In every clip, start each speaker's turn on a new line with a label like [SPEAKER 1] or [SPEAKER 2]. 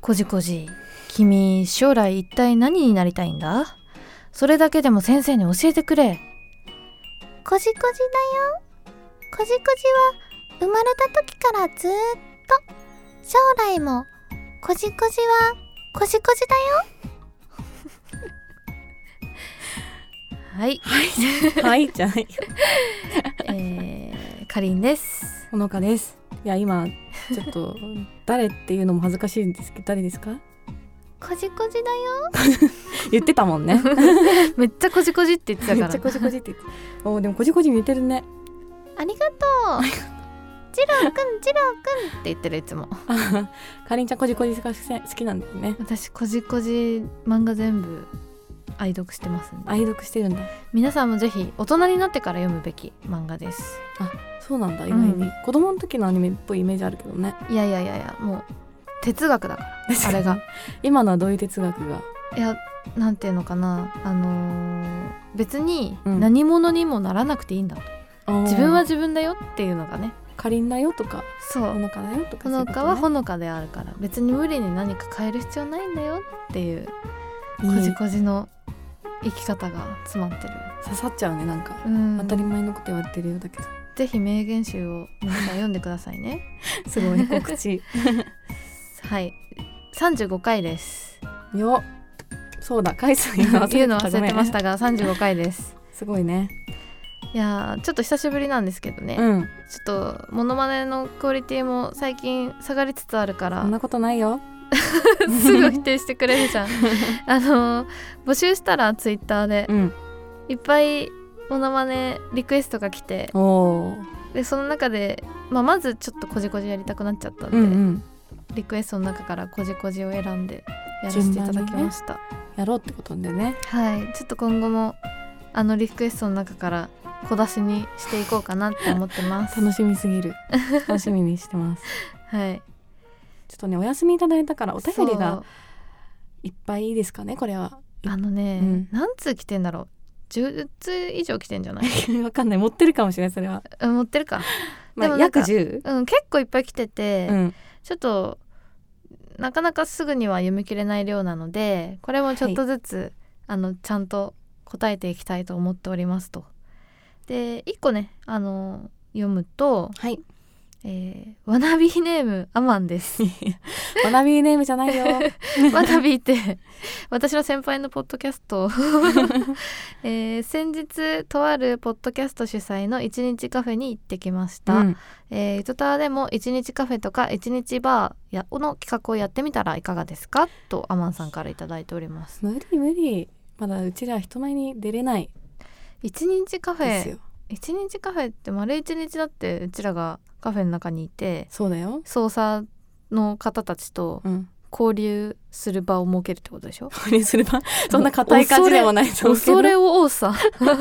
[SPEAKER 1] こじこじ君将来一体何になりたいんだそれだけでも先生に教えてくれ
[SPEAKER 2] こじこじだよこじこじは生まれた時からずーっと将来もこじこじはこじこじだよ
[SPEAKER 1] はい、
[SPEAKER 3] はいじゃない
[SPEAKER 1] えー、かりんです
[SPEAKER 3] ほのかですいや今ちょっ と誰っていうのも恥ずかしいんですけど誰ですか
[SPEAKER 2] こじこじだよ
[SPEAKER 3] 言ってた もんね
[SPEAKER 1] めっちゃこじこじって言ってた
[SPEAKER 3] め
[SPEAKER 1] か
[SPEAKER 3] っちゃ
[SPEAKER 1] ら
[SPEAKER 3] こじこじって言っておでもこじこじ似てるね
[SPEAKER 2] ありがとうジローくんジローくん
[SPEAKER 1] って言ってるいつも
[SPEAKER 3] あかりんちゃんこじこじが好きなんだよね
[SPEAKER 1] 私こじこじ漫画全部愛読してますんで
[SPEAKER 3] 愛読してるんだ
[SPEAKER 1] 皆さんもぜひ大人になってから読むべき漫画です
[SPEAKER 3] そうなんだ意外に、
[SPEAKER 1] うん
[SPEAKER 3] 子供の時のアニメっぽいイメージあるけどね
[SPEAKER 1] いやいやいやいやもう哲学 だからあれが
[SPEAKER 3] 今のはどういう哲学が
[SPEAKER 1] いやなんていうのかなあのー別に
[SPEAKER 3] うん
[SPEAKER 1] 何者にもならなくていいんだ、自分は自分だよっていうのがね
[SPEAKER 3] かりんだよとか
[SPEAKER 1] そ
[SPEAKER 3] ほ
[SPEAKER 1] う
[SPEAKER 3] のかだよとか
[SPEAKER 1] ほのかはほのかであるから別に無理に何か変える必要ないんだよっていう
[SPEAKER 3] そ
[SPEAKER 1] こ
[SPEAKER 3] ういうことねいい
[SPEAKER 1] じこじの生き方が詰まってる
[SPEAKER 3] 刺さっちゃうねなんか、
[SPEAKER 1] うん
[SPEAKER 3] 当たり前のこと言われてるようだけど
[SPEAKER 1] ぜひ名言集を皆さん読んでくださいね
[SPEAKER 3] すごい告知
[SPEAKER 1] はい35回 です
[SPEAKER 3] よそうだ回数言うの忘れてた
[SPEAKER 1] 言うの忘れてまし
[SPEAKER 3] ごめ
[SPEAKER 1] た
[SPEAKER 3] ん
[SPEAKER 1] が35回です
[SPEAKER 3] すごいね
[SPEAKER 1] いやーちょっと久しぶりなんですけどね、
[SPEAKER 3] うん
[SPEAKER 1] ちょっとモノマネのクオリティも最近下がりつつあるか
[SPEAKER 3] そ
[SPEAKER 1] ら
[SPEAKER 3] んなことないよ
[SPEAKER 1] すぐ否定してくれる じゃんあのー募集したらツイッターで
[SPEAKER 3] うん
[SPEAKER 1] いっぱいモノマネリクエストが来て
[SPEAKER 3] おおー
[SPEAKER 1] でその中で、まあ、まずちょっとこじこじやりたくなっちゃったんで、
[SPEAKER 3] うんうん
[SPEAKER 1] リクエストの中からこじこじを選んでやらせていただきました、
[SPEAKER 3] やろうってことでね
[SPEAKER 1] はいちょっと今後もあのリクエストの中から小出しにしていこうかなって思ってます
[SPEAKER 3] 楽しみ すぎる楽しみにしてます
[SPEAKER 1] はい
[SPEAKER 3] ちょっとねお休みいただいたからお便り
[SPEAKER 1] そ
[SPEAKER 3] が
[SPEAKER 1] う
[SPEAKER 3] いっぱいいいですかねこれは
[SPEAKER 1] あのね、
[SPEAKER 3] うん
[SPEAKER 1] 何通来てんだろう10通以上来てんじゃない
[SPEAKER 3] わかんない持ってるかもしれないそれは、
[SPEAKER 1] うん持ってるか
[SPEAKER 3] ま
[SPEAKER 1] でも
[SPEAKER 3] あ、
[SPEAKER 1] なんか
[SPEAKER 3] 約10
[SPEAKER 1] うん結構いっぱい来てて、
[SPEAKER 3] うん
[SPEAKER 1] ちょっとなかなかすぐには読み切れない量なのでこれもちょっとずつ、あのちゃんと答えていきたいと思っておりますと。で1個ねあの読むと、
[SPEAKER 3] はい
[SPEAKER 1] えーわなびネームアマン です。
[SPEAKER 3] 学びネームじゃないよ
[SPEAKER 1] わなびって私の先輩のポッドキャストを、 えー先日とあるポッドキャスト主催の一日カフェに行ってきました。
[SPEAKER 3] うん
[SPEAKER 1] えー、糸タワーでも一日カフェとか一日バーやの企画をやってみたらいかがですかとアマンさんから頂いております
[SPEAKER 3] 無理無理まだうちら人前に出れない
[SPEAKER 1] 一日カフ
[SPEAKER 3] です
[SPEAKER 1] ェ
[SPEAKER 3] よ
[SPEAKER 1] 一日カフェって丸一日だってうちらがカフェの中にいて
[SPEAKER 3] そうだよ
[SPEAKER 1] 操作の方たちと
[SPEAKER 3] うん
[SPEAKER 1] 交流する場を設けるってことで しょ
[SPEAKER 3] これすればそんな硬い感じでもないと思うけど
[SPEAKER 1] 恐れ多さ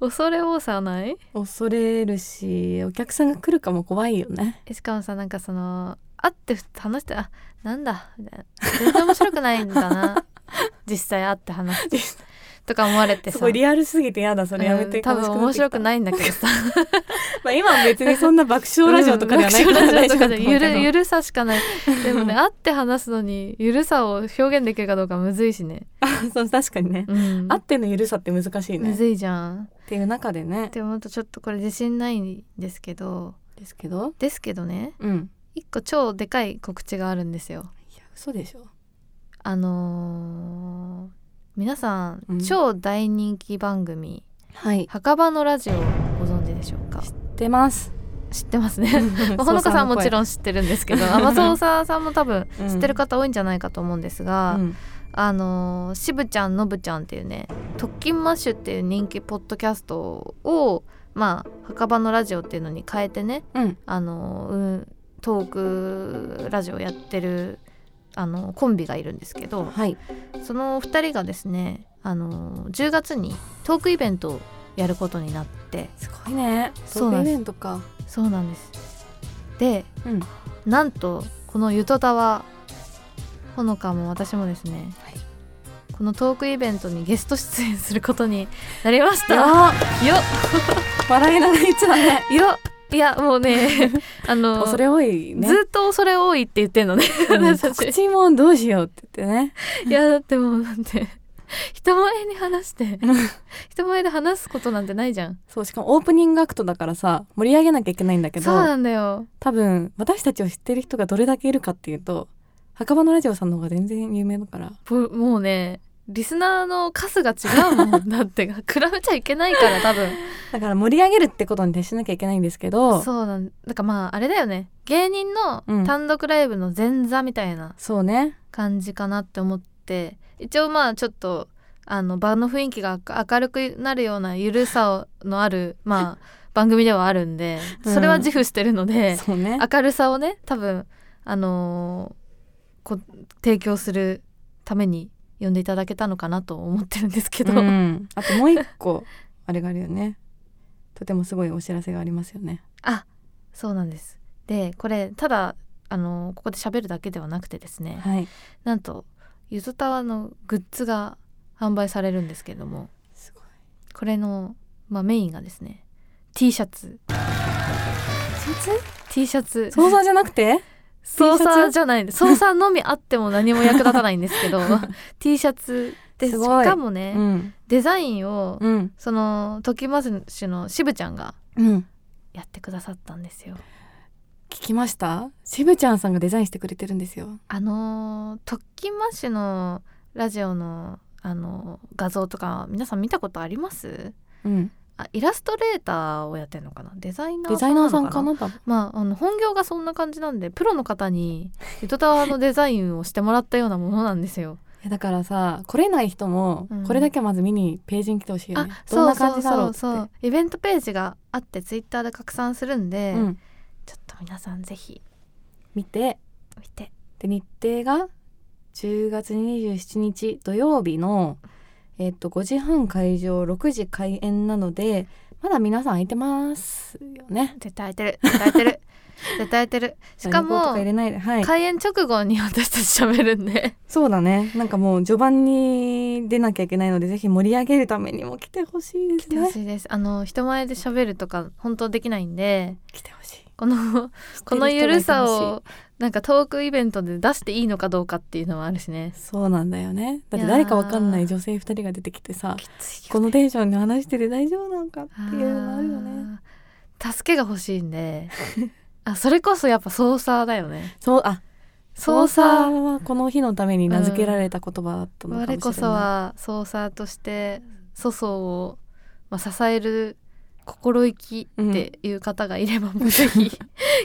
[SPEAKER 1] 恐れ多さない
[SPEAKER 3] 恐れるしお客さんが来るかも怖いよね
[SPEAKER 1] えしかもさなんかその会ってふ話してあなんだみたいな全然面白くないんだ な実際会って話してとか思われて
[SPEAKER 3] す
[SPEAKER 1] さ
[SPEAKER 3] ごいリアルすぎてやだそれやめ
[SPEAKER 1] う
[SPEAKER 3] て
[SPEAKER 1] ん多分面白く
[SPEAKER 3] い、
[SPEAKER 1] ないんだけどさ
[SPEAKER 3] まあ、今は別にそんな爆笑ラジオとかではない
[SPEAKER 1] うん
[SPEAKER 3] から
[SPEAKER 1] 爆笑ラ
[SPEAKER 3] 大
[SPEAKER 1] ジ
[SPEAKER 3] 丈
[SPEAKER 1] オ
[SPEAKER 3] 夫だ
[SPEAKER 1] と
[SPEAKER 3] と
[SPEAKER 1] か
[SPEAKER 3] 思
[SPEAKER 1] で
[SPEAKER 3] うけ
[SPEAKER 1] ゆ
[SPEAKER 3] ど
[SPEAKER 1] るゆるさしかないで もね会って話すのにゆるさを表現できるかどうかむずいしね、
[SPEAKER 3] そう確かにね、
[SPEAKER 1] うん、
[SPEAKER 3] あってのゆるさって難しいね
[SPEAKER 1] む
[SPEAKER 3] っ
[SPEAKER 1] ずいじゃん
[SPEAKER 3] ていう中でね
[SPEAKER 1] でもほんとちょっとこれ自信ないんですけど
[SPEAKER 3] ですけど
[SPEAKER 1] ですけどね
[SPEAKER 3] うん
[SPEAKER 1] 一個超でかい告知があるんですよ
[SPEAKER 3] いや嘘でしょ
[SPEAKER 1] あのー皆さん、
[SPEAKER 3] うん
[SPEAKER 1] 超大人気番組
[SPEAKER 3] は
[SPEAKER 1] 「
[SPEAKER 3] い
[SPEAKER 1] 墓場のラジオ」ご存知でしょうか
[SPEAKER 3] 出 ます
[SPEAKER 1] 知ってますね まあほのかさんもち
[SPEAKER 3] ん
[SPEAKER 1] ろん知ってるんですけど天沢ささんも多分知ってる方多いんじゃないかと思うんですが、
[SPEAKER 3] うん
[SPEAKER 1] あのーしぶちゃんのぶちゃんっていうね「特勤マッシュ」っていう人気ポッドキャストをまあ墓場のラジオっていうのに変えてね
[SPEAKER 3] うん
[SPEAKER 1] あのーうんトークラジオやってるあのーコンビがいるんですけど、
[SPEAKER 3] はい
[SPEAKER 1] その2人がですねあの10月にトークイベントをやることになって
[SPEAKER 3] すごいね
[SPEAKER 1] そ
[SPEAKER 3] そうう
[SPEAKER 1] なん
[SPEAKER 3] イ
[SPEAKER 1] です
[SPEAKER 3] ベントか
[SPEAKER 1] そうなんですで
[SPEAKER 3] うん
[SPEAKER 1] なんとこの「ゆとたわ」ほのかも私もですね、
[SPEAKER 3] は
[SPEAKER 1] このトークイベントにゲスト出演することになりまし
[SPEAKER 3] い
[SPEAKER 1] たよ
[SPEAKER 3] や笑いながら言っちゃうね
[SPEAKER 1] よいやもうね あの
[SPEAKER 3] 恐れ多いね
[SPEAKER 1] ずっと恐れ多いって言ってんのね
[SPEAKER 3] もう
[SPEAKER 1] 私た
[SPEAKER 3] 告
[SPEAKER 1] ち
[SPEAKER 3] 知もどうしようって言ってね
[SPEAKER 1] いやだってもうだって人前に話して人前で話すことなんてないじゃん
[SPEAKER 3] そうしかもオープニングアクトだからさ盛り上げなきゃいけないんだけ
[SPEAKER 1] そう
[SPEAKER 3] ど
[SPEAKER 1] なんだよ
[SPEAKER 3] 多分私たちを知ってる人がどれだけいるかっていうと墓場のラジオさんの方が全然有名だから
[SPEAKER 1] ぼもうねリスナーの数が違うもんだって 比べちゃいけないから多分
[SPEAKER 3] だから盛り上げるってことに徹しなきゃいけないんですけどそう
[SPEAKER 1] そうなんだからまああれだよね芸人の
[SPEAKER 3] うん
[SPEAKER 1] 単独ライブの前座みたいな
[SPEAKER 3] ね
[SPEAKER 1] 感じかなって思って一応まあちょっとあの場の雰囲気が明明るくなるような緩さのあるまあ番組ではあるんで
[SPEAKER 3] うん
[SPEAKER 1] それは自負してるので、
[SPEAKER 3] そうね
[SPEAKER 1] 明るさをね多分あのーこ提供するために呼んでいただけたのかなと思ってるんですけど、
[SPEAKER 3] うん、 あともう一個あれがあるよねとてもすごいお知らせがありますよね
[SPEAKER 1] あそうなんですでこれただあのここで喋るだけではなくてですね、
[SPEAKER 3] はい
[SPEAKER 1] なんとゆずたわのグッズが販売されるんですけれども
[SPEAKER 3] すごい
[SPEAKER 1] これの、まあ、メインがですね T シャツ T シャツ
[SPEAKER 3] 想像じゃなくて
[SPEAKER 1] 操
[SPEAKER 3] T シャ
[SPEAKER 1] 作
[SPEAKER 3] ツ
[SPEAKER 1] じゃない操作のみあっても何も役立たないんですけ ど T シャツですし
[SPEAKER 3] ごい
[SPEAKER 1] かもね、
[SPEAKER 3] うん
[SPEAKER 1] デザインを、
[SPEAKER 3] うん
[SPEAKER 1] その時松氏の渋ちゃんが
[SPEAKER 3] うん
[SPEAKER 1] やってくださったんですよ。
[SPEAKER 3] 聞きましたしぶちゃんさんがデザインしてくれてるんですよ
[SPEAKER 1] あのー特訓マッシュのラジオのあのー画像とか皆さん見たことあります
[SPEAKER 3] うん
[SPEAKER 1] あイラストレーターをやってるのかなデザイナー
[SPEAKER 3] デザイナーさんか
[SPEAKER 1] な
[SPEAKER 3] な多分
[SPEAKER 1] まああの本業がそんな感じなんでプロの方に糸タワーのデザインをしてもらったようなものなんですよ。
[SPEAKER 3] いやだからさ来れない人も
[SPEAKER 1] うん
[SPEAKER 3] これだけまず見にページに来てほしいよね、
[SPEAKER 1] あ
[SPEAKER 3] どんな感じだろうって
[SPEAKER 1] そうそうそうイベントページがあってツイッターで拡散するんで、
[SPEAKER 3] うん、
[SPEAKER 1] ちょっと皆さんぜひ
[SPEAKER 3] 見て
[SPEAKER 1] 見て
[SPEAKER 3] で日程が10月27日土曜日の、えっと5時半会場6時開演なのでまだ皆さん空いてますよね。
[SPEAKER 1] 絶対空いてる絶対空いてる絶対空い てるしか
[SPEAKER 3] 予防と
[SPEAKER 1] も
[SPEAKER 3] 入れないで、はい、
[SPEAKER 1] 開演直後に私たち喋るんで。
[SPEAKER 3] そうだねなんかもう序盤に出なきゃいけないのでぜひ盛り上げるためにも来てほしいで
[SPEAKER 1] 来
[SPEAKER 3] す
[SPEAKER 1] てほ
[SPEAKER 3] ね。
[SPEAKER 1] しいです。あの人前で喋るとか本当できないんで、
[SPEAKER 3] 来てほしい。
[SPEAKER 1] こ のこのゆるさをなんかトークイベントで出していいのかどうかっていうのはあるしね。
[SPEAKER 3] そうなんだよね。だって誰かわかんない女性2人が出てきてさこ
[SPEAKER 1] の
[SPEAKER 3] のテンションで話してて大丈夫なのかっていうのあるよね。。
[SPEAKER 1] 助けが欲しいんで、あそれこそやっぱ操作だよね。
[SPEAKER 3] そうあ
[SPEAKER 1] 操作。
[SPEAKER 3] はこの日のために名付けられた言葉だったのかもしれない、
[SPEAKER 1] 我こそは操作として粗相をまあ支える。心意気っていう方がいれば、もうぜひ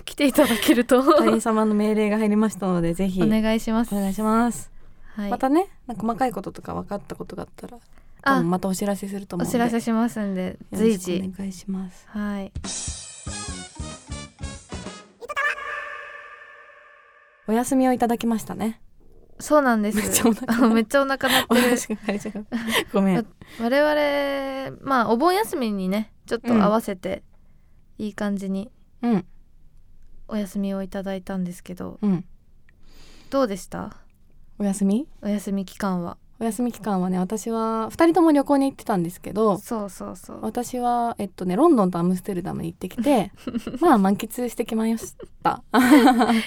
[SPEAKER 1] 来ていただけると
[SPEAKER 3] 社員様の命令が入りました のでぜひ
[SPEAKER 1] お
[SPEAKER 3] お願
[SPEAKER 1] 願いします。
[SPEAKER 3] いします、
[SPEAKER 1] はい、
[SPEAKER 3] またねなんか細かいこととか分かったことがあったら多
[SPEAKER 1] あ
[SPEAKER 3] 分またお知らせすると
[SPEAKER 1] お
[SPEAKER 3] 思うので
[SPEAKER 1] 知らせしますんで
[SPEAKER 3] よろ
[SPEAKER 1] 随
[SPEAKER 3] しく
[SPEAKER 1] 時
[SPEAKER 3] お願いします
[SPEAKER 1] はい
[SPEAKER 3] お休みをいただきまし たね
[SPEAKER 1] そうなんです
[SPEAKER 3] めっちゃお腹
[SPEAKER 1] あのめっちゃお腹鳴って
[SPEAKER 3] お
[SPEAKER 1] る
[SPEAKER 3] 話が会社がごめん
[SPEAKER 1] 我々まあお盆休みにねちょっと合わせて、いい感じに
[SPEAKER 3] うん
[SPEAKER 1] お休みをいただいたんですけど
[SPEAKER 3] うん
[SPEAKER 1] どうでした
[SPEAKER 3] お休み
[SPEAKER 1] お休み期間は
[SPEAKER 3] お休み期間はね私は2人とも旅行に行ってたんですけど
[SPEAKER 1] そうそうそう
[SPEAKER 3] 私はえっとねロンドンとアムステルダムに行ってき てまあ満喫してきました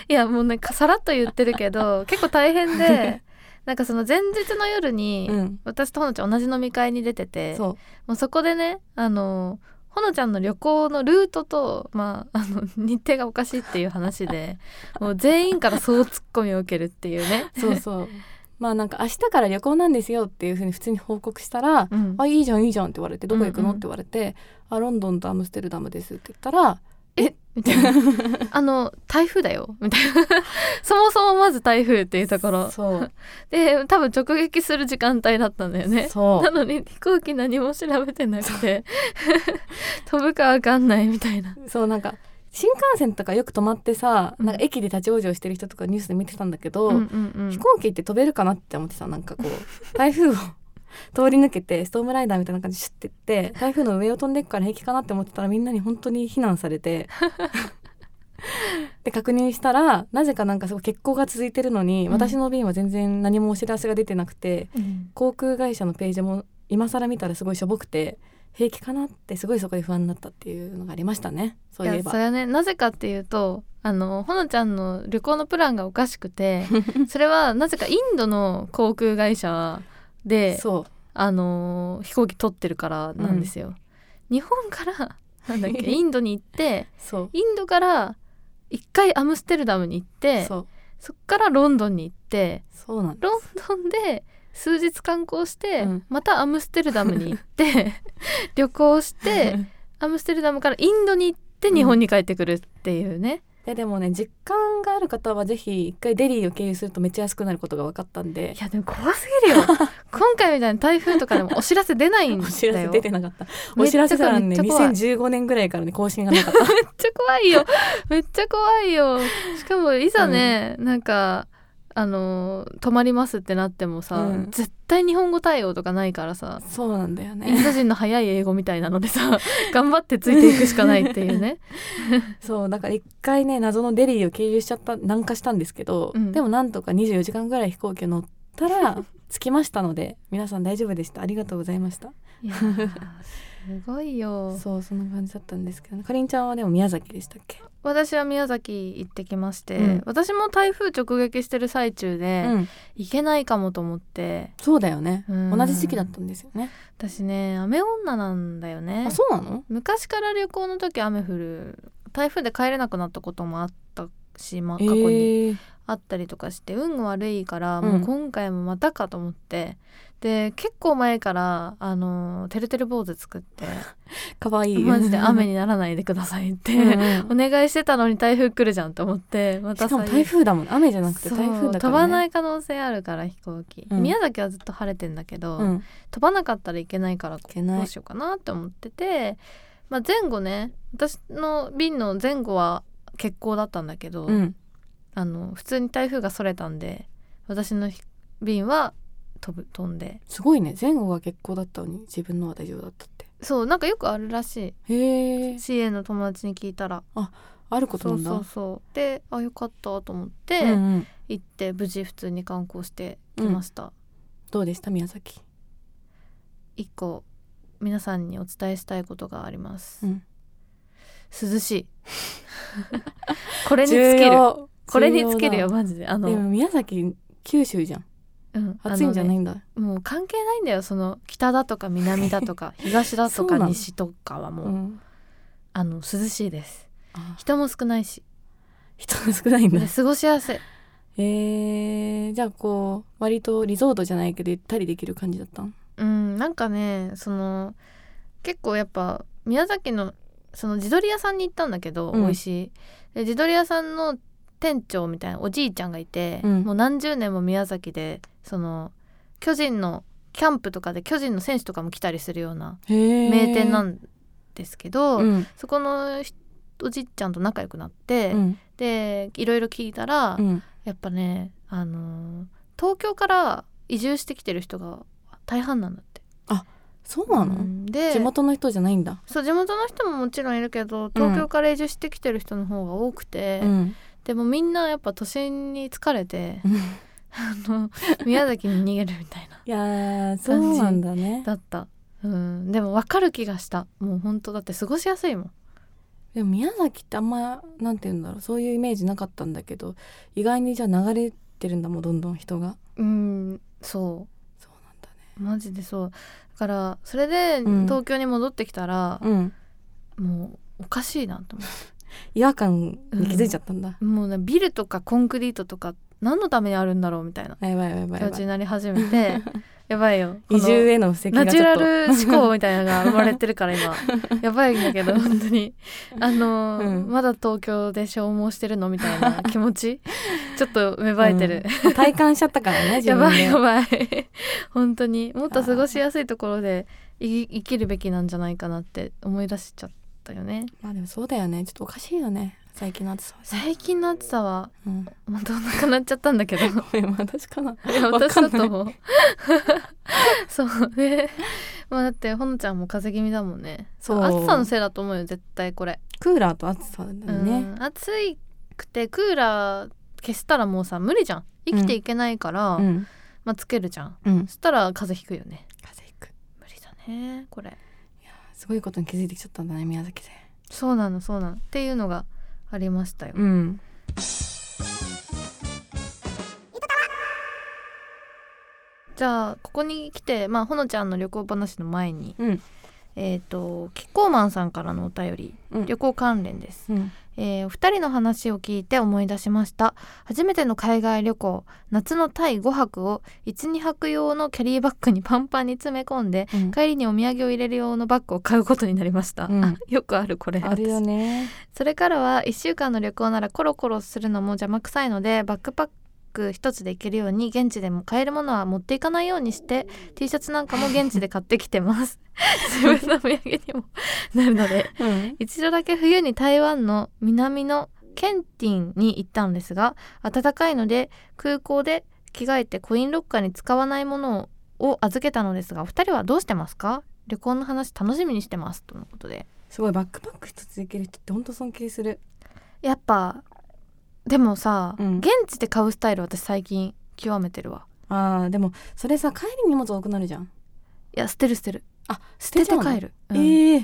[SPEAKER 1] いやもうなんかさらっと言ってるけ ど結構大変でなんかその前日の夜に、
[SPEAKER 3] うん
[SPEAKER 1] 私とほのちゃん同じ飲み会に出てて
[SPEAKER 3] そう
[SPEAKER 1] もうそこでねあのほのちゃんの旅行のルートと、まあ、あの 日程がおかしいっていう話でもう全員からそうツッコミを受けるっていうね。
[SPEAKER 3] そうそう。 まあなんか明日から旅行なんですよっていうふうに普通に報告したら「
[SPEAKER 1] うん
[SPEAKER 3] あいいじゃんいいじゃん」って言われて「どこ行くの?」
[SPEAKER 1] うん
[SPEAKER 3] っ
[SPEAKER 1] うん
[SPEAKER 3] て言われて「あロンドンとアムステルダムです」って言ったら
[SPEAKER 1] みたいなあの台風だよみたいな そもそもまず台風っていうところ
[SPEAKER 3] そう
[SPEAKER 1] で多分直撃する時間帯だったんだよね
[SPEAKER 3] そ
[SPEAKER 1] なのに飛行機何も調べてなくて 飛ぶかわかんないみたいな
[SPEAKER 3] うそうなんか新幹線とかよく止まってさ
[SPEAKER 1] うん
[SPEAKER 3] なんか駅で立ち往生してる人とかニュースで見てたんだけど、
[SPEAKER 1] うんうんうん
[SPEAKER 3] 飛行機って飛べるかなって思ってさなんかこう台風を通り抜けてストームライダーみたいな感じでシュッ ていって台風の上を飛んでいくから平気かなって思ってたらみんなに本当に避難されて で確認したらなぜかなんかすごい欠航が続いてるのに、
[SPEAKER 1] うん
[SPEAKER 3] 私の便は全然何もお知らせが出てなくて航空会社のページも今更見たらすごいしょぼくて平気かなってすごいそこで不安になったっていうのがありましたねそうい
[SPEAKER 1] い
[SPEAKER 3] え
[SPEAKER 1] やそ
[SPEAKER 3] ば
[SPEAKER 1] れはねなぜかっていうとあのほのちゃんの旅行のプランがおかしく てそれはなぜかインドの航空会社で
[SPEAKER 3] そう
[SPEAKER 1] あの飛行機取ってるからなんですよ。日本 からなんだっけインドに行って
[SPEAKER 3] そう
[SPEAKER 1] インドから一回アムステルダムに行ってそ
[SPEAKER 3] そう
[SPEAKER 1] っからロンドンに行って
[SPEAKER 3] そうなん
[SPEAKER 1] ロンドンで数日観光して、
[SPEAKER 3] うん
[SPEAKER 1] またアムステルダムに行って 旅行して
[SPEAKER 3] い
[SPEAKER 1] アムステルダムからインドに行って日本に帰ってくるっていうね。
[SPEAKER 3] やでもね実感がある方はぜひ一回デリーを経由するとめっちゃ安くなることが分かったんで
[SPEAKER 1] いやでも怖すぎ るよ今回みたいな台風とかでもお知らせ出ないん
[SPEAKER 3] お
[SPEAKER 1] だよ
[SPEAKER 3] 知らせ出てなかった
[SPEAKER 1] め
[SPEAKER 3] お
[SPEAKER 1] っち
[SPEAKER 3] 知
[SPEAKER 1] ゃ
[SPEAKER 3] らせからね
[SPEAKER 1] めっちゃ怖い
[SPEAKER 3] 2015年ぐらいからね更新がなかった
[SPEAKER 1] めっちゃ怖いよめっちゃ怖いよしかもいざね、なんかあの泊まりますってなってもさ、
[SPEAKER 3] うん
[SPEAKER 1] 絶対日本語対応とかないからさ
[SPEAKER 3] そうなんだよ
[SPEAKER 1] イン
[SPEAKER 3] ね。
[SPEAKER 1] ド人の早い英語みたいなのでさ頑張ってついていくしかないっていうね
[SPEAKER 3] そう、だから一回ね、謎のデリーを経由しちゃった、南下したんですけど、
[SPEAKER 1] うん
[SPEAKER 3] でもなんとか24時間ぐらい飛行機を乗ったら、 着きましたので、皆さん大丈夫でした。ありがとうございました。
[SPEAKER 1] いやーすごいよ
[SPEAKER 3] そう、そんな感じだったんですけど、ね、かりんちゃんはでも宮崎でしたっけ、
[SPEAKER 1] 私は宮崎行ってきまして、
[SPEAKER 3] うん
[SPEAKER 1] 私も台風直撃してる最中で、
[SPEAKER 3] うん。
[SPEAKER 1] 行けないかもと思って
[SPEAKER 3] そうだよね。
[SPEAKER 1] うん
[SPEAKER 3] 同じ時期だったんですよね。
[SPEAKER 1] 私ね雨女なんだよね
[SPEAKER 3] あ、そうなの
[SPEAKER 1] 昔から旅行の時雨降る台風で帰れなくなったこともあったし、まあ、
[SPEAKER 3] え
[SPEAKER 1] 過去に
[SPEAKER 3] ー、
[SPEAKER 1] あったりとかして、運が悪いから
[SPEAKER 3] うん
[SPEAKER 1] もう今回もまたかと思って、で結構前からあのてるてる坊主作って
[SPEAKER 3] かわいい。
[SPEAKER 1] マジで雨
[SPEAKER 3] に。
[SPEAKER 1] にならないでください って、
[SPEAKER 3] うん
[SPEAKER 1] お願いしてたのに台風来るじゃんと思ってま
[SPEAKER 3] したかも
[SPEAKER 1] 最
[SPEAKER 3] 台風だもん。雨じゃなくて
[SPEAKER 1] そう
[SPEAKER 3] 台風だから、ね。。
[SPEAKER 1] 飛ばないい可能性あるから飛行機、
[SPEAKER 3] うん
[SPEAKER 1] 宮崎はずっと晴れてんだけど、
[SPEAKER 3] うん。
[SPEAKER 1] 飛ばなかったらいけないから
[SPEAKER 3] けない
[SPEAKER 1] どうしようかなって思ってて、まあ、前後ね私の便の前後は欠航だったんだけど、
[SPEAKER 3] うん。
[SPEAKER 1] あの普通に台風がそれたんで私のひ便は飛ぶ飛んです
[SPEAKER 3] ごいね。前後が結構だったのに、自分のは大丈夫だったって。
[SPEAKER 1] そうなんかよくあるらし
[SPEAKER 3] へ
[SPEAKER 1] い
[SPEAKER 3] え。
[SPEAKER 1] CA の友達に聞いたら
[SPEAKER 3] あること
[SPEAKER 1] そ
[SPEAKER 3] な
[SPEAKER 1] うん
[SPEAKER 3] だ。
[SPEAKER 1] そうそうであよかったと思って、
[SPEAKER 3] うんうん
[SPEAKER 1] 行って無事普通に観光してきました、
[SPEAKER 3] どうでした宮崎、
[SPEAKER 1] 一個皆さんにお伝えしたいことがあります、
[SPEAKER 3] うん、
[SPEAKER 1] 涼しい これに尽きるこれに尽
[SPEAKER 3] つ
[SPEAKER 1] きるよマジであ
[SPEAKER 3] でも
[SPEAKER 1] の、
[SPEAKER 3] 宮崎九州じゃん
[SPEAKER 1] うん、
[SPEAKER 3] 暑いんじゃないいんだ、
[SPEAKER 1] もう関係ないんだよその北だとか南だと か東だと
[SPEAKER 3] そう
[SPEAKER 1] か
[SPEAKER 3] なの
[SPEAKER 1] 西とかはもう、
[SPEAKER 3] うん、
[SPEAKER 1] あの涼しいです
[SPEAKER 3] あ
[SPEAKER 1] 人も少ないし
[SPEAKER 3] 人が少ないんだ
[SPEAKER 1] で過ごしやすい
[SPEAKER 3] えー、じゃあこう割とリゾートじゃないけどゆったりできる感じだったん
[SPEAKER 1] うんなんかねその結構やっぱ宮崎のその地鶏屋さんに行ったんだけど、
[SPEAKER 3] うん
[SPEAKER 1] 美味しいで地鶏屋さんの店長みたいなおじいちゃんがいて、
[SPEAKER 3] うん
[SPEAKER 1] もう何十年も宮崎でその巨人のキャンプとかで巨人の選手とかも来たりするような
[SPEAKER 3] へえ
[SPEAKER 1] 名店なんんですけど、
[SPEAKER 3] うん
[SPEAKER 1] そこのひおじいちゃんと仲良くなって、
[SPEAKER 3] うん
[SPEAKER 1] でいろいろ聞いたら、
[SPEAKER 3] うん
[SPEAKER 1] やっぱねあのー東京から移住してきてる人が大半なんだって。
[SPEAKER 3] そうなの、
[SPEAKER 1] うんで
[SPEAKER 3] 地元の人じゃないんだ、
[SPEAKER 1] そう地元の人ももちろんいるけど東京から移住してきてる人の方が多くて、
[SPEAKER 3] うん、
[SPEAKER 1] でもみんなやっぱ都心に疲れてあの宮崎に逃げるみたいな
[SPEAKER 3] いやーそうなんだね
[SPEAKER 1] だった、うん、でも分かる気がしたもう本当だって過ごしやすいもん
[SPEAKER 3] でも宮崎ってあんまなんて言うんだろうそういうイメージなかったんだけど意外にじゃあ流れてるんだもんどんどん人が
[SPEAKER 1] うんそ
[SPEAKER 3] そうなんだね
[SPEAKER 1] うマジでそうだからそれで
[SPEAKER 3] うん
[SPEAKER 1] 東京に戻ってきたら、
[SPEAKER 3] うん
[SPEAKER 1] もうおかしいなと思っ
[SPEAKER 3] 違和感に気づいちゃったんだ、
[SPEAKER 1] てもうねビルとかコンクリートとか何のためにあるんだろうみたいな
[SPEAKER 3] やばいやば
[SPEAKER 1] 気
[SPEAKER 3] いや
[SPEAKER 1] 持
[SPEAKER 3] ば
[SPEAKER 1] ち
[SPEAKER 3] い
[SPEAKER 1] になり始め てやばいよこ
[SPEAKER 3] 移
[SPEAKER 1] の
[SPEAKER 3] 住への布石
[SPEAKER 1] ナ
[SPEAKER 3] が
[SPEAKER 1] チュ
[SPEAKER 3] ちょ
[SPEAKER 1] ラ
[SPEAKER 3] っと
[SPEAKER 1] ル思考みたいなの が生まれてるから今やばいんだけど本当にあのー、
[SPEAKER 3] うん
[SPEAKER 1] まだ東京で消耗してるのみたい な気持ちちょっと芽生えてる、
[SPEAKER 3] うん体感しちゃったから ね自
[SPEAKER 1] やば
[SPEAKER 3] 分
[SPEAKER 1] い
[SPEAKER 3] で
[SPEAKER 1] やばい 本当にもっと過ごしやすいところでい生きるべきなんじゃないかなって思い出しちゃったよね
[SPEAKER 3] まあでもそうだよねちょっとおかしいよね最近の暑さはね、
[SPEAKER 1] 最近の暑さ は
[SPEAKER 3] うん、
[SPEAKER 1] もうどうなくなっちゃったんだけどい
[SPEAKER 3] これ私かな
[SPEAKER 1] や
[SPEAKER 3] わ
[SPEAKER 1] 私
[SPEAKER 3] かんな
[SPEAKER 1] だ
[SPEAKER 3] い
[SPEAKER 1] と思う そうねまあだってほのちゃんも風邪気味だもんね
[SPEAKER 3] そう
[SPEAKER 1] 暑さのせいだと思うよ絶対これ
[SPEAKER 3] クーラーと暑さだよ
[SPEAKER 1] う
[SPEAKER 3] ね
[SPEAKER 1] ん、暑いくてクーラー消したらもうさ無理じゃん生きていけないから、
[SPEAKER 3] うん
[SPEAKER 1] まあ、つけるじゃん
[SPEAKER 3] うん
[SPEAKER 1] そしたら風邪ひくよね
[SPEAKER 3] 風邪ひく
[SPEAKER 1] 無理だねこれ
[SPEAKER 3] いやすごいことに気づいてきちゃったんだね宮崎で
[SPEAKER 1] そうなのそうなのっていうのがありましたよ、
[SPEAKER 3] うん
[SPEAKER 1] じゃあここに来てまあほのちゃんの旅行話の前に
[SPEAKER 3] うん
[SPEAKER 1] えっ、とキッコーマンさんからのお便り
[SPEAKER 3] うん
[SPEAKER 1] 旅行関連です
[SPEAKER 3] うん
[SPEAKER 1] えーお二人の話を聞いて思い出しました初めての海外旅行夏のタイ5泊を12泊用のキャリーバッグにパンパンに詰め込んで
[SPEAKER 3] うん
[SPEAKER 1] 帰りにお土産を入れる用のバッグを買うことになりました、
[SPEAKER 3] うん
[SPEAKER 1] あよくあるこれ
[SPEAKER 3] あるよね
[SPEAKER 1] 私それからは1週間の旅行ならコロコロするのも邪魔くさいのでバックパック一つで行けるように現地でも買えるものは持っていかないようにして T シャツなんかも現地で買ってきてます 自分のお土産にもなるので
[SPEAKER 3] うん
[SPEAKER 1] 一度だけ冬に台湾の南のケンティンに行ったんですが暖かいので空港で着替えてコインロッカーに使わないものを預けたのですがお二人はどうしてますか旅行の話楽しみにしてますとのことです
[SPEAKER 3] ごいバックパック一つでいける人ってほんと尊敬する
[SPEAKER 1] やっぱでもさ、
[SPEAKER 3] うん
[SPEAKER 1] 現地で買うスタイル私最近極めてるわ
[SPEAKER 3] あーでもそれさ帰りに荷物多くなるじゃん
[SPEAKER 1] いや捨てる捨てる
[SPEAKER 3] あ捨
[SPEAKER 1] 捨てて帰
[SPEAKER 3] る、
[SPEAKER 1] る、うん
[SPEAKER 3] ええ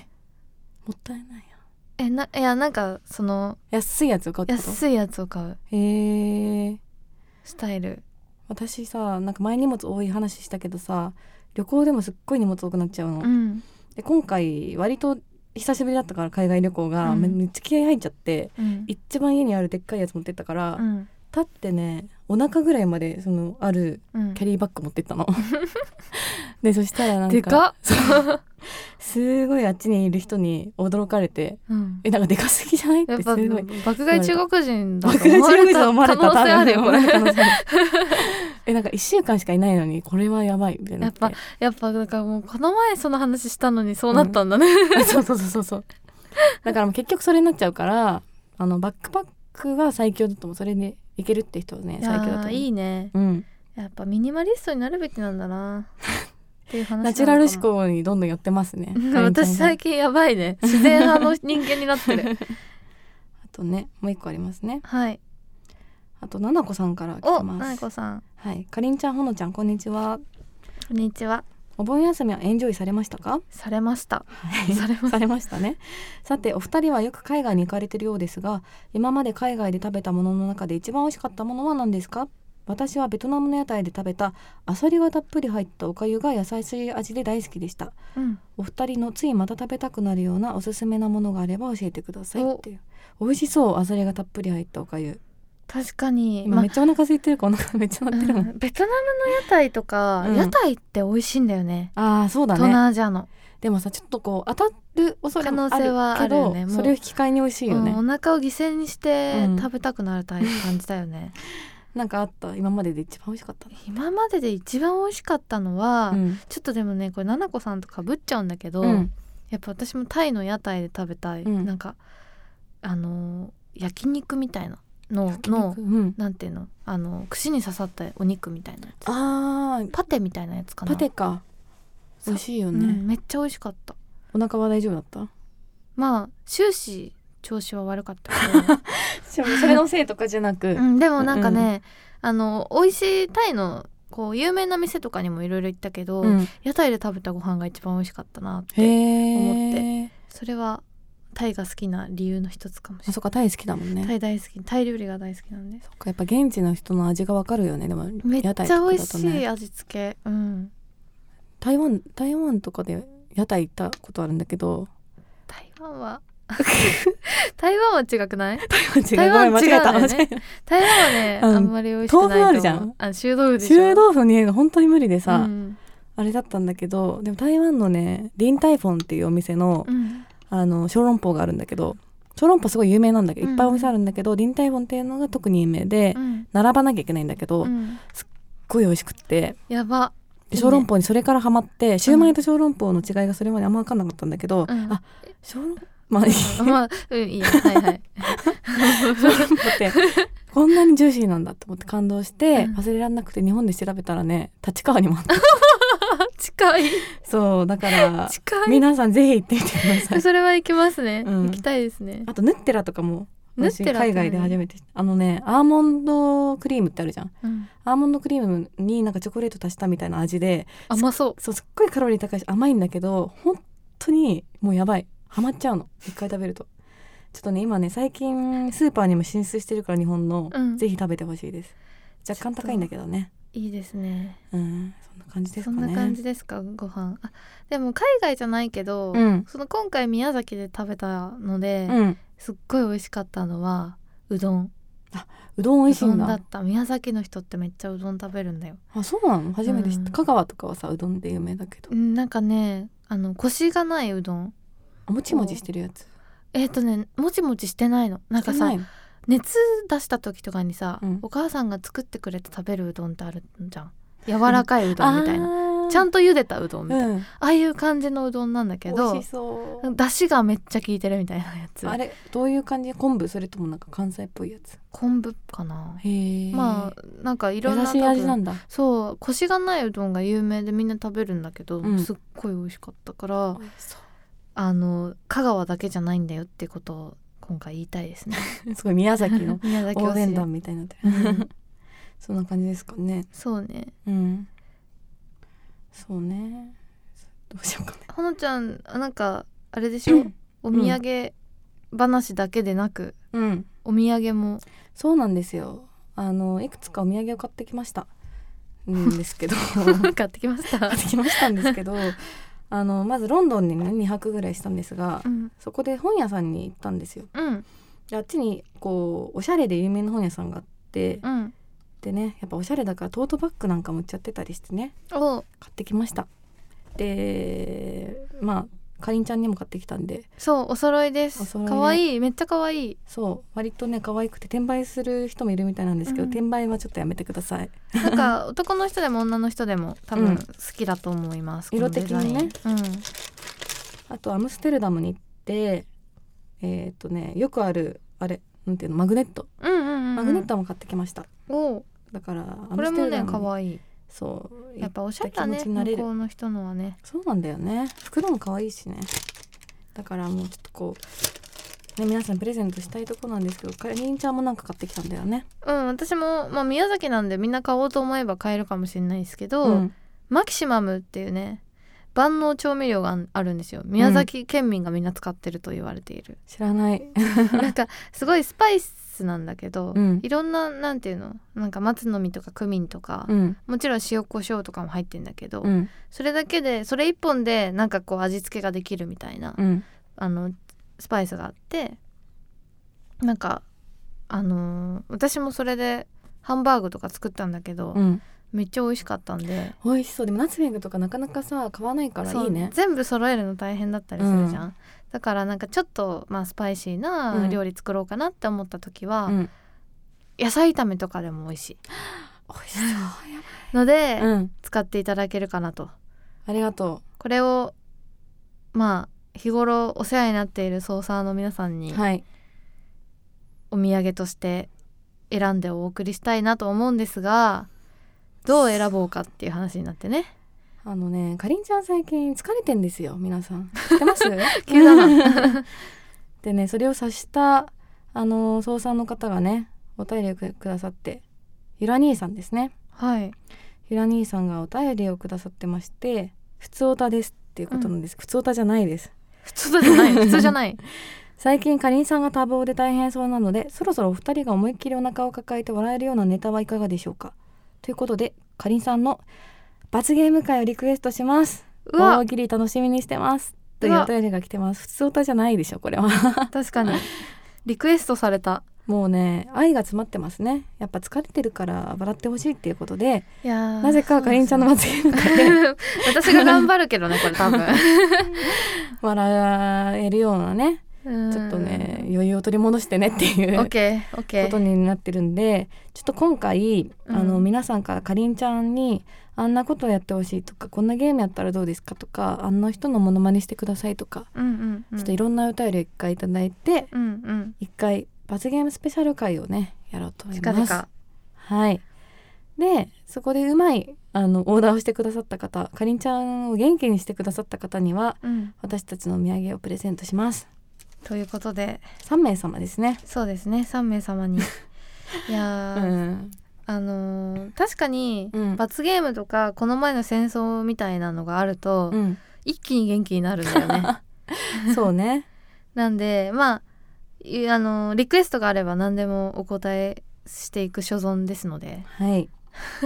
[SPEAKER 3] もったいないや
[SPEAKER 1] えないやなんかその
[SPEAKER 3] 安いやつを買うってこと
[SPEAKER 1] 安いやつを買う
[SPEAKER 3] へえ
[SPEAKER 1] スタイル
[SPEAKER 3] 私さなんか前荷物多い話したけどさ旅行でもすっごい荷物多くなっちゃうの、
[SPEAKER 1] うん
[SPEAKER 3] で今回割と久しぶりだったから海外旅行が、
[SPEAKER 1] うん
[SPEAKER 3] めめっちゃ気合入っちゃって
[SPEAKER 1] うん
[SPEAKER 3] 一番家にあるでっかいやつ持ってったから、
[SPEAKER 1] うん
[SPEAKER 3] 立ってねお腹ぐらいまでそのある
[SPEAKER 1] うん
[SPEAKER 3] キャリーバッグ持ってった のでそしたらなんか
[SPEAKER 1] でかっ
[SPEAKER 3] すごいあっちにいる人に驚かれて
[SPEAKER 1] うん
[SPEAKER 3] 「えなんかでかすぎじゃない?」っ
[SPEAKER 1] やってぱ
[SPEAKER 3] すごい
[SPEAKER 1] 爆買い中国人だ
[SPEAKER 3] 爆買い中国人思われた
[SPEAKER 1] 可能性あるよ
[SPEAKER 3] 多
[SPEAKER 1] こ
[SPEAKER 3] 分
[SPEAKER 1] れ
[SPEAKER 3] 思われた可能性ある えなんか1週間しかいないのにこれはやばいみたいになって
[SPEAKER 1] やっ やっぱだからもうこの前その話したのにそうなったんだね、
[SPEAKER 3] そうそうそうそうそうだからもう結局それになっちゃうからあのバックパックは最強だと思うそれでいけるって人はね
[SPEAKER 1] い
[SPEAKER 3] 最
[SPEAKER 1] や
[SPEAKER 3] 強だと思
[SPEAKER 1] ー
[SPEAKER 3] う
[SPEAKER 1] いいね
[SPEAKER 3] うん、
[SPEAKER 1] やっぱミニマリストになるべきなんだなっていう話なのかも
[SPEAKER 3] ナチュラル思考にどんどん寄ってますね
[SPEAKER 1] うん
[SPEAKER 3] かりんちゃんが
[SPEAKER 1] 私最近やばいね自然派の人間になって る
[SPEAKER 3] あとねもう一個ありますね
[SPEAKER 1] はい
[SPEAKER 3] あとななこさんから来
[SPEAKER 1] お
[SPEAKER 3] て
[SPEAKER 1] な
[SPEAKER 3] ま
[SPEAKER 1] な
[SPEAKER 3] す
[SPEAKER 1] こさん
[SPEAKER 3] はいかりんちゃんほのちゃんこんにちは
[SPEAKER 1] こんにちは
[SPEAKER 3] お盆休みはエンジョイされましたか
[SPEAKER 1] されました
[SPEAKER 3] はい
[SPEAKER 1] されました
[SPEAKER 3] されましたねさてお二人はよく海外に行かれてるようですが今まで海外で食べたものの中で一番美味しかったものは何ですか私はベトナムの屋台で食べたアサリがたっぷり入ったおかゆが優しい味で大好きでした
[SPEAKER 1] うん
[SPEAKER 3] お二人のついまた食べたくなるようなおすすめなものがあれば教えてください
[SPEAKER 1] お
[SPEAKER 3] っていう美味しそうアサリがたっぷり入ったおかゆ
[SPEAKER 1] 確かに、
[SPEAKER 3] 今
[SPEAKER 1] ま
[SPEAKER 3] めっちゃお腹空いてるかお腹 めっちゃ鳴ってるもん、
[SPEAKER 1] うんベトナムの屋台とか、
[SPEAKER 3] うん
[SPEAKER 1] 屋台って美味しいんだよね
[SPEAKER 3] ああそうだ
[SPEAKER 1] 東
[SPEAKER 3] ね
[SPEAKER 1] 南アジアの
[SPEAKER 3] でもさちょっとこう当たる恐れもあ
[SPEAKER 1] 可能性は
[SPEAKER 3] る
[SPEAKER 1] あ
[SPEAKER 3] け
[SPEAKER 1] るよ
[SPEAKER 3] ど
[SPEAKER 1] ねもう
[SPEAKER 3] それを引き換えに美味しいよね、
[SPEAKER 1] うん、お腹を犠牲にして
[SPEAKER 3] うん
[SPEAKER 1] 食べたくなるタイプ感じだよ ね、
[SPEAKER 3] なんかあった今までで一番美味しかったの
[SPEAKER 1] 今までで一番美味しかったのは、
[SPEAKER 3] うん
[SPEAKER 1] ちょっとでもねこれななこさんとかぶっちゃうんだけど、
[SPEAKER 3] うん
[SPEAKER 1] やっぱ私もタイの屋台で食べたい、
[SPEAKER 3] うん
[SPEAKER 1] なんかあのー焼肉みたいなの
[SPEAKER 3] 焼肉
[SPEAKER 1] の
[SPEAKER 3] うん、
[SPEAKER 1] なんていうのあの串に刺さったお肉みたいなやつ
[SPEAKER 3] あー
[SPEAKER 1] パテみたいなやつかな
[SPEAKER 3] パテか
[SPEAKER 1] さ
[SPEAKER 3] 美味しいよ
[SPEAKER 1] う
[SPEAKER 3] ね、
[SPEAKER 1] ん、めっちゃ美味しかった
[SPEAKER 3] お腹は大丈夫だった
[SPEAKER 1] まあ終始調子は悪かったけど
[SPEAKER 3] それのせいとかじゃなく
[SPEAKER 1] うん、でもなんかね、あの美味しいタイのこう有名な店とかにもいろいろ行ったけど、
[SPEAKER 3] うん、
[SPEAKER 1] 屋台で食べたご飯が一番美味しかったなって
[SPEAKER 3] へえ
[SPEAKER 1] それはタイが好きな理由の一つかもし
[SPEAKER 3] あ
[SPEAKER 1] れ
[SPEAKER 3] そっかタイ好きだもん
[SPEAKER 1] ない、
[SPEAKER 3] ね
[SPEAKER 1] タイ大好きタイ料理が大好きなんで
[SPEAKER 3] そっかやっぱ現地の人の味がわかるよねでも
[SPEAKER 1] めっち
[SPEAKER 3] 屋
[SPEAKER 1] ゃ
[SPEAKER 3] 台とかだとね
[SPEAKER 1] 美味しい味付け、うん
[SPEAKER 3] 台湾台湾とかで屋台行ったことあるんだけど
[SPEAKER 1] 台湾は 台湾は違くない
[SPEAKER 3] 台 湾違うごめん間違えた
[SPEAKER 1] 台湾違うんだよね
[SPEAKER 3] 間違え
[SPEAKER 1] 台湾はね、
[SPEAKER 3] うん
[SPEAKER 1] あんまり美味しくないと思う
[SPEAKER 3] 豆腐あるじゃん
[SPEAKER 1] あ臭豆腐
[SPEAKER 3] た
[SPEAKER 1] でしょ
[SPEAKER 3] 中豆腐にが本当に無理でさ、
[SPEAKER 1] うん
[SPEAKER 3] あれだったんだけどでも台湾のねリンタイフォンっていうお店の、
[SPEAKER 1] うん
[SPEAKER 3] あの小籠包があるんだけど小籠包すごい有名なんだけど、
[SPEAKER 1] うん
[SPEAKER 3] いっぱいお店あるんだけど臨海本っていうのが特に有名で、
[SPEAKER 1] うん
[SPEAKER 3] 並ばなきゃいけないんだけど、
[SPEAKER 1] う
[SPEAKER 3] すっ
[SPEAKER 1] ん
[SPEAKER 3] ごい美味しくって
[SPEAKER 1] やば
[SPEAKER 3] で小籠包にそれからハマってシューマイと小籠包の違いがそれまであんま分かんなかったんだけど、
[SPEAKER 1] うん
[SPEAKER 3] あ小籠まあいい 小
[SPEAKER 1] まあ、うん、いいやはいはい
[SPEAKER 3] 籠包ってこんなにジューシーなんだと思って感動して、
[SPEAKER 1] うん
[SPEAKER 3] 忘れられなくて日本で調べたらね立川にもあった
[SPEAKER 1] 近い
[SPEAKER 3] そうだから
[SPEAKER 1] 近
[SPEAKER 3] 皆さんぜひ行ってみてくださ
[SPEAKER 1] い
[SPEAKER 3] い
[SPEAKER 1] それは行きますね、
[SPEAKER 3] うん
[SPEAKER 1] 行きたいですね
[SPEAKER 3] あとヌッテラとかも
[SPEAKER 1] ヌッテラ
[SPEAKER 3] 私海外で初めて知ったあのねアーモンドクリームってあるじゃん
[SPEAKER 1] うん
[SPEAKER 3] アーモンドクリームになんかチョコレート足したみたいな味で
[SPEAKER 1] 甘そう
[SPEAKER 3] そうすっごいカロリー高いし甘いんだけど本当にもうやばいハマっちゃうの一回食べるとちょっとね今ね最近スーパーにも進出してるから日本の、
[SPEAKER 1] うん
[SPEAKER 3] ぜひ食べてほしいです若干高いんだけどね
[SPEAKER 1] いいですね
[SPEAKER 3] うんそんな感じです
[SPEAKER 1] そ
[SPEAKER 3] か
[SPEAKER 1] んな
[SPEAKER 3] ね
[SPEAKER 1] 感じですかご飯あでも海外じゃないけど、
[SPEAKER 3] うん
[SPEAKER 1] その今回宮崎で食べたので、
[SPEAKER 3] うん
[SPEAKER 1] すっごい美味しかったのはうどん
[SPEAKER 3] うどん美味しいん
[SPEAKER 1] うどんだ
[SPEAKER 3] だ
[SPEAKER 1] った宮崎の人ってめっちゃうどん食べるんだよ
[SPEAKER 3] あそうなの初めて知った、
[SPEAKER 1] うん
[SPEAKER 3] 香川とかはさうどんで有名だけど
[SPEAKER 1] うんなんかねあのコシがないうどん
[SPEAKER 3] あもちもちしてるやつ
[SPEAKER 1] えっ、とねもちもちしてないのなんか
[SPEAKER 3] じゃ
[SPEAKER 1] さ
[SPEAKER 3] ないの
[SPEAKER 1] 熱出した時とかにさ、
[SPEAKER 3] うん
[SPEAKER 1] お母さんが作ってくれて食べるうどんってあるじゃん柔らかいうどんみたいな
[SPEAKER 3] な
[SPEAKER 1] ちゃ
[SPEAKER 3] ん
[SPEAKER 1] んと茹でたうどんみたいな、
[SPEAKER 3] うん、
[SPEAKER 1] ああいう感じのうどんなんだけ
[SPEAKER 3] 美
[SPEAKER 1] ど
[SPEAKER 3] 味しそう
[SPEAKER 1] 出汁がめっちゃ効いてるみたいなやつ
[SPEAKER 3] あれどういう感じ昆布それともなんか関西っぽいやつ
[SPEAKER 1] 昆布かな
[SPEAKER 3] へえ
[SPEAKER 1] まあなんかいろんな
[SPEAKER 3] 優しい味
[SPEAKER 1] 多
[SPEAKER 3] な
[SPEAKER 1] 分
[SPEAKER 3] んだ
[SPEAKER 1] そうコシがないうどんが有名でみんな食べるんだけど、
[SPEAKER 3] うん
[SPEAKER 1] すっごい美味しかったから
[SPEAKER 3] 美味しそ
[SPEAKER 1] あの香川だけじゃないんだよってことを今回言いたい ですね
[SPEAKER 3] うすごい宮崎 の
[SPEAKER 1] 宮崎
[SPEAKER 3] 応
[SPEAKER 1] 推
[SPEAKER 3] 援
[SPEAKER 1] し
[SPEAKER 3] 団みたいになって
[SPEAKER 1] う
[SPEAKER 3] る
[SPEAKER 1] ん
[SPEAKER 3] そんな感じですかね
[SPEAKER 1] そうね
[SPEAKER 3] うんそうねどうしようかね
[SPEAKER 1] ほのちゃんあなんかあれでしょお土産話だけでなく、
[SPEAKER 3] うん
[SPEAKER 1] お土産も
[SPEAKER 3] そうなんですよあのいくつかお土産を買ってきましたんです けど
[SPEAKER 1] 買ってきました
[SPEAKER 3] 買っ。てきましたんですけどあのまずロンドンにね2泊ぐらいしたんですが
[SPEAKER 1] うん、
[SPEAKER 3] そこで本屋さんに行ったんですよ
[SPEAKER 1] うん、
[SPEAKER 3] であっちにこうおしゃれで有名な本屋さんがあって
[SPEAKER 1] うん。
[SPEAKER 3] でねやっぱおしゃれだからトートバッグなんかも売っちゃってたりしてね
[SPEAKER 1] お、
[SPEAKER 3] 買ってきましたでまあかりんちゃんにも買ってきたんで
[SPEAKER 1] そうお揃いで
[SPEAKER 3] お
[SPEAKER 1] す。
[SPEAKER 3] 揃いで
[SPEAKER 1] 可愛いめっちゃ可愛い。
[SPEAKER 3] そう割とね可愛くて転売する人もいるみたいなんですけど、
[SPEAKER 1] うん
[SPEAKER 3] 転売はちょっとやめてください
[SPEAKER 1] なん か男の人でも女の人でも多
[SPEAKER 3] う
[SPEAKER 1] 分
[SPEAKER 3] ん
[SPEAKER 1] 好きだと思います。この
[SPEAKER 3] 色的にね
[SPEAKER 1] デザイン。
[SPEAKER 3] あとアムステルダムに行ってえーっとねよくあるあれなんていうのマグネット
[SPEAKER 1] うん、うん、うんうん。
[SPEAKER 3] マグネットも買ってきました、
[SPEAKER 1] お、
[SPEAKER 3] だからア
[SPEAKER 1] こ
[SPEAKER 3] ム
[SPEAKER 1] れ
[SPEAKER 3] ステ
[SPEAKER 1] も
[SPEAKER 3] ルダ
[SPEAKER 1] ね
[SPEAKER 3] ムに
[SPEAKER 1] 可愛い。
[SPEAKER 3] そう
[SPEAKER 1] やっぱおしゃれだ
[SPEAKER 3] 行
[SPEAKER 1] ね
[SPEAKER 3] った気持ちになれ
[SPEAKER 1] 向
[SPEAKER 3] る
[SPEAKER 1] こうの人のはね。
[SPEAKER 3] そうなんだよね袋も可愛いしねだからもうちょっとこう、ね、皆さんプレゼントしたいとこなんですけどかりんちゃんもなんか買ってきたんだよね
[SPEAKER 1] うん、私もまあ宮崎なんでみんな買おうと思えば買えるかもしれないですけど。
[SPEAKER 3] うん
[SPEAKER 1] マキシマムっていうね万能調味料があんあるんですよ宮崎県民がみんな使ってると言われている、
[SPEAKER 3] 知らない
[SPEAKER 1] なんかすごいスパイスなんだけど、
[SPEAKER 3] うん
[SPEAKER 1] いろんななんていうのなんか松の実とかクミンとか、
[SPEAKER 3] うん
[SPEAKER 1] もちろん塩コショウとかも入ってんだけど、
[SPEAKER 3] うん
[SPEAKER 1] それだけでそれ一本でなんかこう味付けができるみたいな、
[SPEAKER 3] うん
[SPEAKER 1] あのスパイスがあってなんかあのー私もそれでハンバーグとか作ったんだけど、
[SPEAKER 3] うん
[SPEAKER 1] めっちゃ美味しかったんで
[SPEAKER 3] 美味しそうでもナツメグとかなかなかさ買わないから
[SPEAKER 1] そう
[SPEAKER 3] いいね
[SPEAKER 1] 全部揃えるの大変だったりするじゃん、
[SPEAKER 3] う
[SPEAKER 1] だからなんかちょっと、まあ、スパイシー
[SPEAKER 3] う
[SPEAKER 1] なん料理作ろうかなって思った時は、
[SPEAKER 3] うん
[SPEAKER 1] 野菜炒めとかでも美味し
[SPEAKER 3] 美味しそうや
[SPEAKER 1] いので、
[SPEAKER 3] ばいうん
[SPEAKER 1] 使っていただけるかなと
[SPEAKER 3] ありがと
[SPEAKER 1] これをまあ日頃お世話になっているソーサーの皆さん
[SPEAKER 3] う
[SPEAKER 1] に
[SPEAKER 3] はい
[SPEAKER 1] お土産として選んでお送りしたいなと思うんですがどう選ぼうかっていう話になってね
[SPEAKER 3] あのねかりんちゃん最近疲れてんですよ皆さん知ってます
[SPEAKER 1] 急だな
[SPEAKER 3] でねそれを察したあの操作の方がねお便りをくくださってゆら兄さんですね
[SPEAKER 1] はい
[SPEAKER 3] ひら兄さんがお便りをくださってまして「ふつおたです」っていうことなんです、ふつおたじゃないです
[SPEAKER 1] 普通じゃない普通じゃ ない
[SPEAKER 3] 最近かりんさんが多忙で大変そうなのでそろそろお二人が思いっきりお腹を抱えて笑えるようなネタはいかがでしょうかということでかりんさんの罰ゲーム会をリクエストします
[SPEAKER 1] うわ
[SPEAKER 3] 大喜利楽しみにしてますという
[SPEAKER 1] わ
[SPEAKER 3] うお便りが来てますふつおたじゃないでしょこれは
[SPEAKER 1] 確かにリクエストされた
[SPEAKER 3] もうね愛が詰まってますねやっぱ疲れてるから笑ってほしいっていうことで
[SPEAKER 1] いやー
[SPEAKER 3] なぜかかりんちゃんの
[SPEAKER 1] そう
[SPEAKER 3] 罰ゲーム会
[SPEAKER 1] で
[SPEAKER 3] です
[SPEAKER 1] ね私が頑張るけどねこれ多分
[SPEAKER 3] 笑えるようなね
[SPEAKER 1] ち
[SPEAKER 3] ちょっとね余裕を取り戻してねってい
[SPEAKER 1] オッ
[SPEAKER 3] う
[SPEAKER 1] ケーオッケ
[SPEAKER 3] こと
[SPEAKER 1] ー
[SPEAKER 3] になってるんでちょっと今回、
[SPEAKER 1] うん
[SPEAKER 3] あの皆さんからかりんちゃんにあんなことをやってほしいとかこんなゲームやったらどうですかとかあんな人のモノマネしてくださいとか、
[SPEAKER 1] うんうんうん
[SPEAKER 3] ちょっといろんなお便りを一回いただいて
[SPEAKER 1] うんうん
[SPEAKER 3] 一回罰ゲームスペシャル会をねやろうと思い
[SPEAKER 1] 近
[SPEAKER 3] ます。
[SPEAKER 1] 々
[SPEAKER 3] はいでそこでうまいあのオーダーをしてくださった方かりんちゃんを元気にしてくださった方には
[SPEAKER 1] うん
[SPEAKER 3] 私たちのお土産をプレゼントします
[SPEAKER 1] ということで
[SPEAKER 3] 3名様ですね
[SPEAKER 1] そうですね3名様 にいや
[SPEAKER 3] う
[SPEAKER 1] ー、
[SPEAKER 3] ん
[SPEAKER 1] あのー確かに
[SPEAKER 3] うん
[SPEAKER 1] 罰ゲームとかこの前の戦争みたいなのがあると、
[SPEAKER 3] うん
[SPEAKER 1] 一気に元気になるんだよ ね
[SPEAKER 3] そうね
[SPEAKER 1] なんでまあいあのリクエストがあれば何でもお答えしていく所存ですので
[SPEAKER 3] はい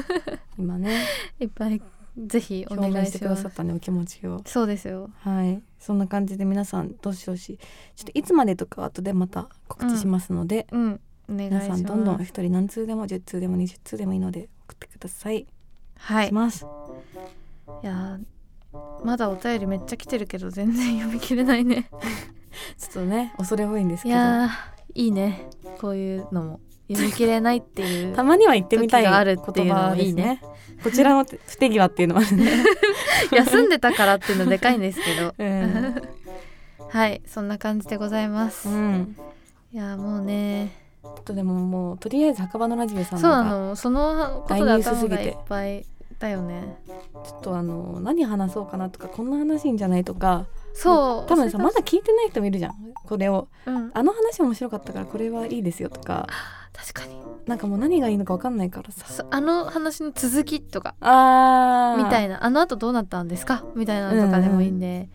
[SPEAKER 3] 今ね
[SPEAKER 1] いっぱいぜひお
[SPEAKER 3] 表
[SPEAKER 1] 願
[SPEAKER 3] 明
[SPEAKER 1] い
[SPEAKER 3] して
[SPEAKER 1] し
[SPEAKER 3] く
[SPEAKER 1] ま
[SPEAKER 3] だ
[SPEAKER 1] す
[SPEAKER 3] さったねお気持ちを
[SPEAKER 1] そうですよ
[SPEAKER 3] はいそんな感じで皆さんどしどしちょっといつまでとか後でまた告知しますので、
[SPEAKER 1] うんお願いしま
[SPEAKER 3] 皆
[SPEAKER 1] す
[SPEAKER 3] さんどんどん一人何通でも10通でも20通でもいいので送ってください、
[SPEAKER 1] は
[SPEAKER 3] お願い
[SPEAKER 1] い
[SPEAKER 3] します
[SPEAKER 1] いやーまだお便りめっちゃ来てるけど全然読み切れないね
[SPEAKER 3] ちょっとね恐れ多いんです
[SPEAKER 1] い
[SPEAKER 3] けど
[SPEAKER 1] やーいいねこういうのも読み切れないっていう
[SPEAKER 3] たまには言ってみたい
[SPEAKER 1] 時
[SPEAKER 3] 言
[SPEAKER 1] があ
[SPEAKER 3] 葉
[SPEAKER 1] るっていうのもいいね
[SPEAKER 3] ですねこちらの手不手際っていうの はね、
[SPEAKER 1] 休んでたからっていうのでかいんですけ ど
[SPEAKER 3] うん
[SPEAKER 1] はいそんな感じでございます、
[SPEAKER 3] うん、
[SPEAKER 1] いやーもうね
[SPEAKER 3] ちょっとでももうとりあえず墓場のラジベさん
[SPEAKER 1] そうな
[SPEAKER 3] が
[SPEAKER 1] のそのことで
[SPEAKER 3] 大ニュース
[SPEAKER 1] 頭
[SPEAKER 3] すぎ
[SPEAKER 1] が
[SPEAKER 3] て
[SPEAKER 1] いっぱいだよね
[SPEAKER 3] ちょっとあの何話そうかなとかこんな話いいんじゃないとか
[SPEAKER 1] そう
[SPEAKER 3] 多分さ
[SPEAKER 1] それ
[SPEAKER 3] まだ聞いてない人もいるじゃんこれを
[SPEAKER 1] がうん、
[SPEAKER 3] あの話面白かったからこれはいいですよとか
[SPEAKER 1] 確かに
[SPEAKER 3] なんかもう何がいいのか分かんないからさ
[SPEAKER 1] そあの話の続きとか
[SPEAKER 3] あー
[SPEAKER 1] みたいなあのあとどうなったんですかみたいなのとかでもいいんで、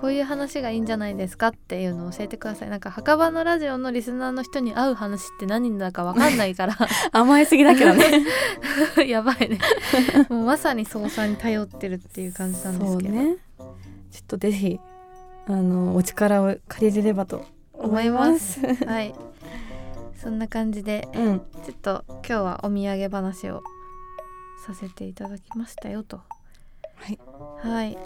[SPEAKER 1] こういう話がいいんじゃないですかっていうのを教えてくださいなんか墓場のラジオのリスナーの人に会う話って何だかわかんないから
[SPEAKER 3] 甘えすぎだけどね
[SPEAKER 1] やばいねもうまさに操作に頼ってるっていう感じなんですけど、
[SPEAKER 3] そうねちょっとぜひあのお力を借りれればと思いますます
[SPEAKER 1] はいそんな感じで
[SPEAKER 3] うん
[SPEAKER 1] ちょっと今日はお土産話をさせていただきましたよと
[SPEAKER 3] はい
[SPEAKER 1] はい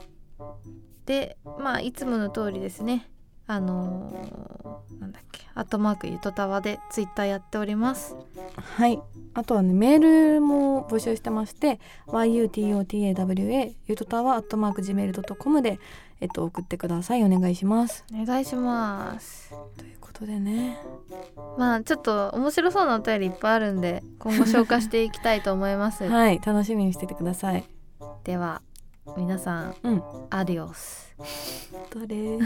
[SPEAKER 1] でまあいつもの通りですねあのーなんだっけアットマークゆとたわでツイッターやっております
[SPEAKER 3] はい。あとはねメールも募集してまして yutotawa ゆとたわ at mark gmail.com で、えっと、送ってくださいお願いします
[SPEAKER 1] お願いします
[SPEAKER 3] ということでね
[SPEAKER 1] まあちょっと面白そうなお便りいっぱいあるんで今後消化していきたいと思いま す、
[SPEAKER 3] はい楽しみにしててください
[SPEAKER 1] では皆さん、
[SPEAKER 3] うん
[SPEAKER 1] アディオス
[SPEAKER 3] どれ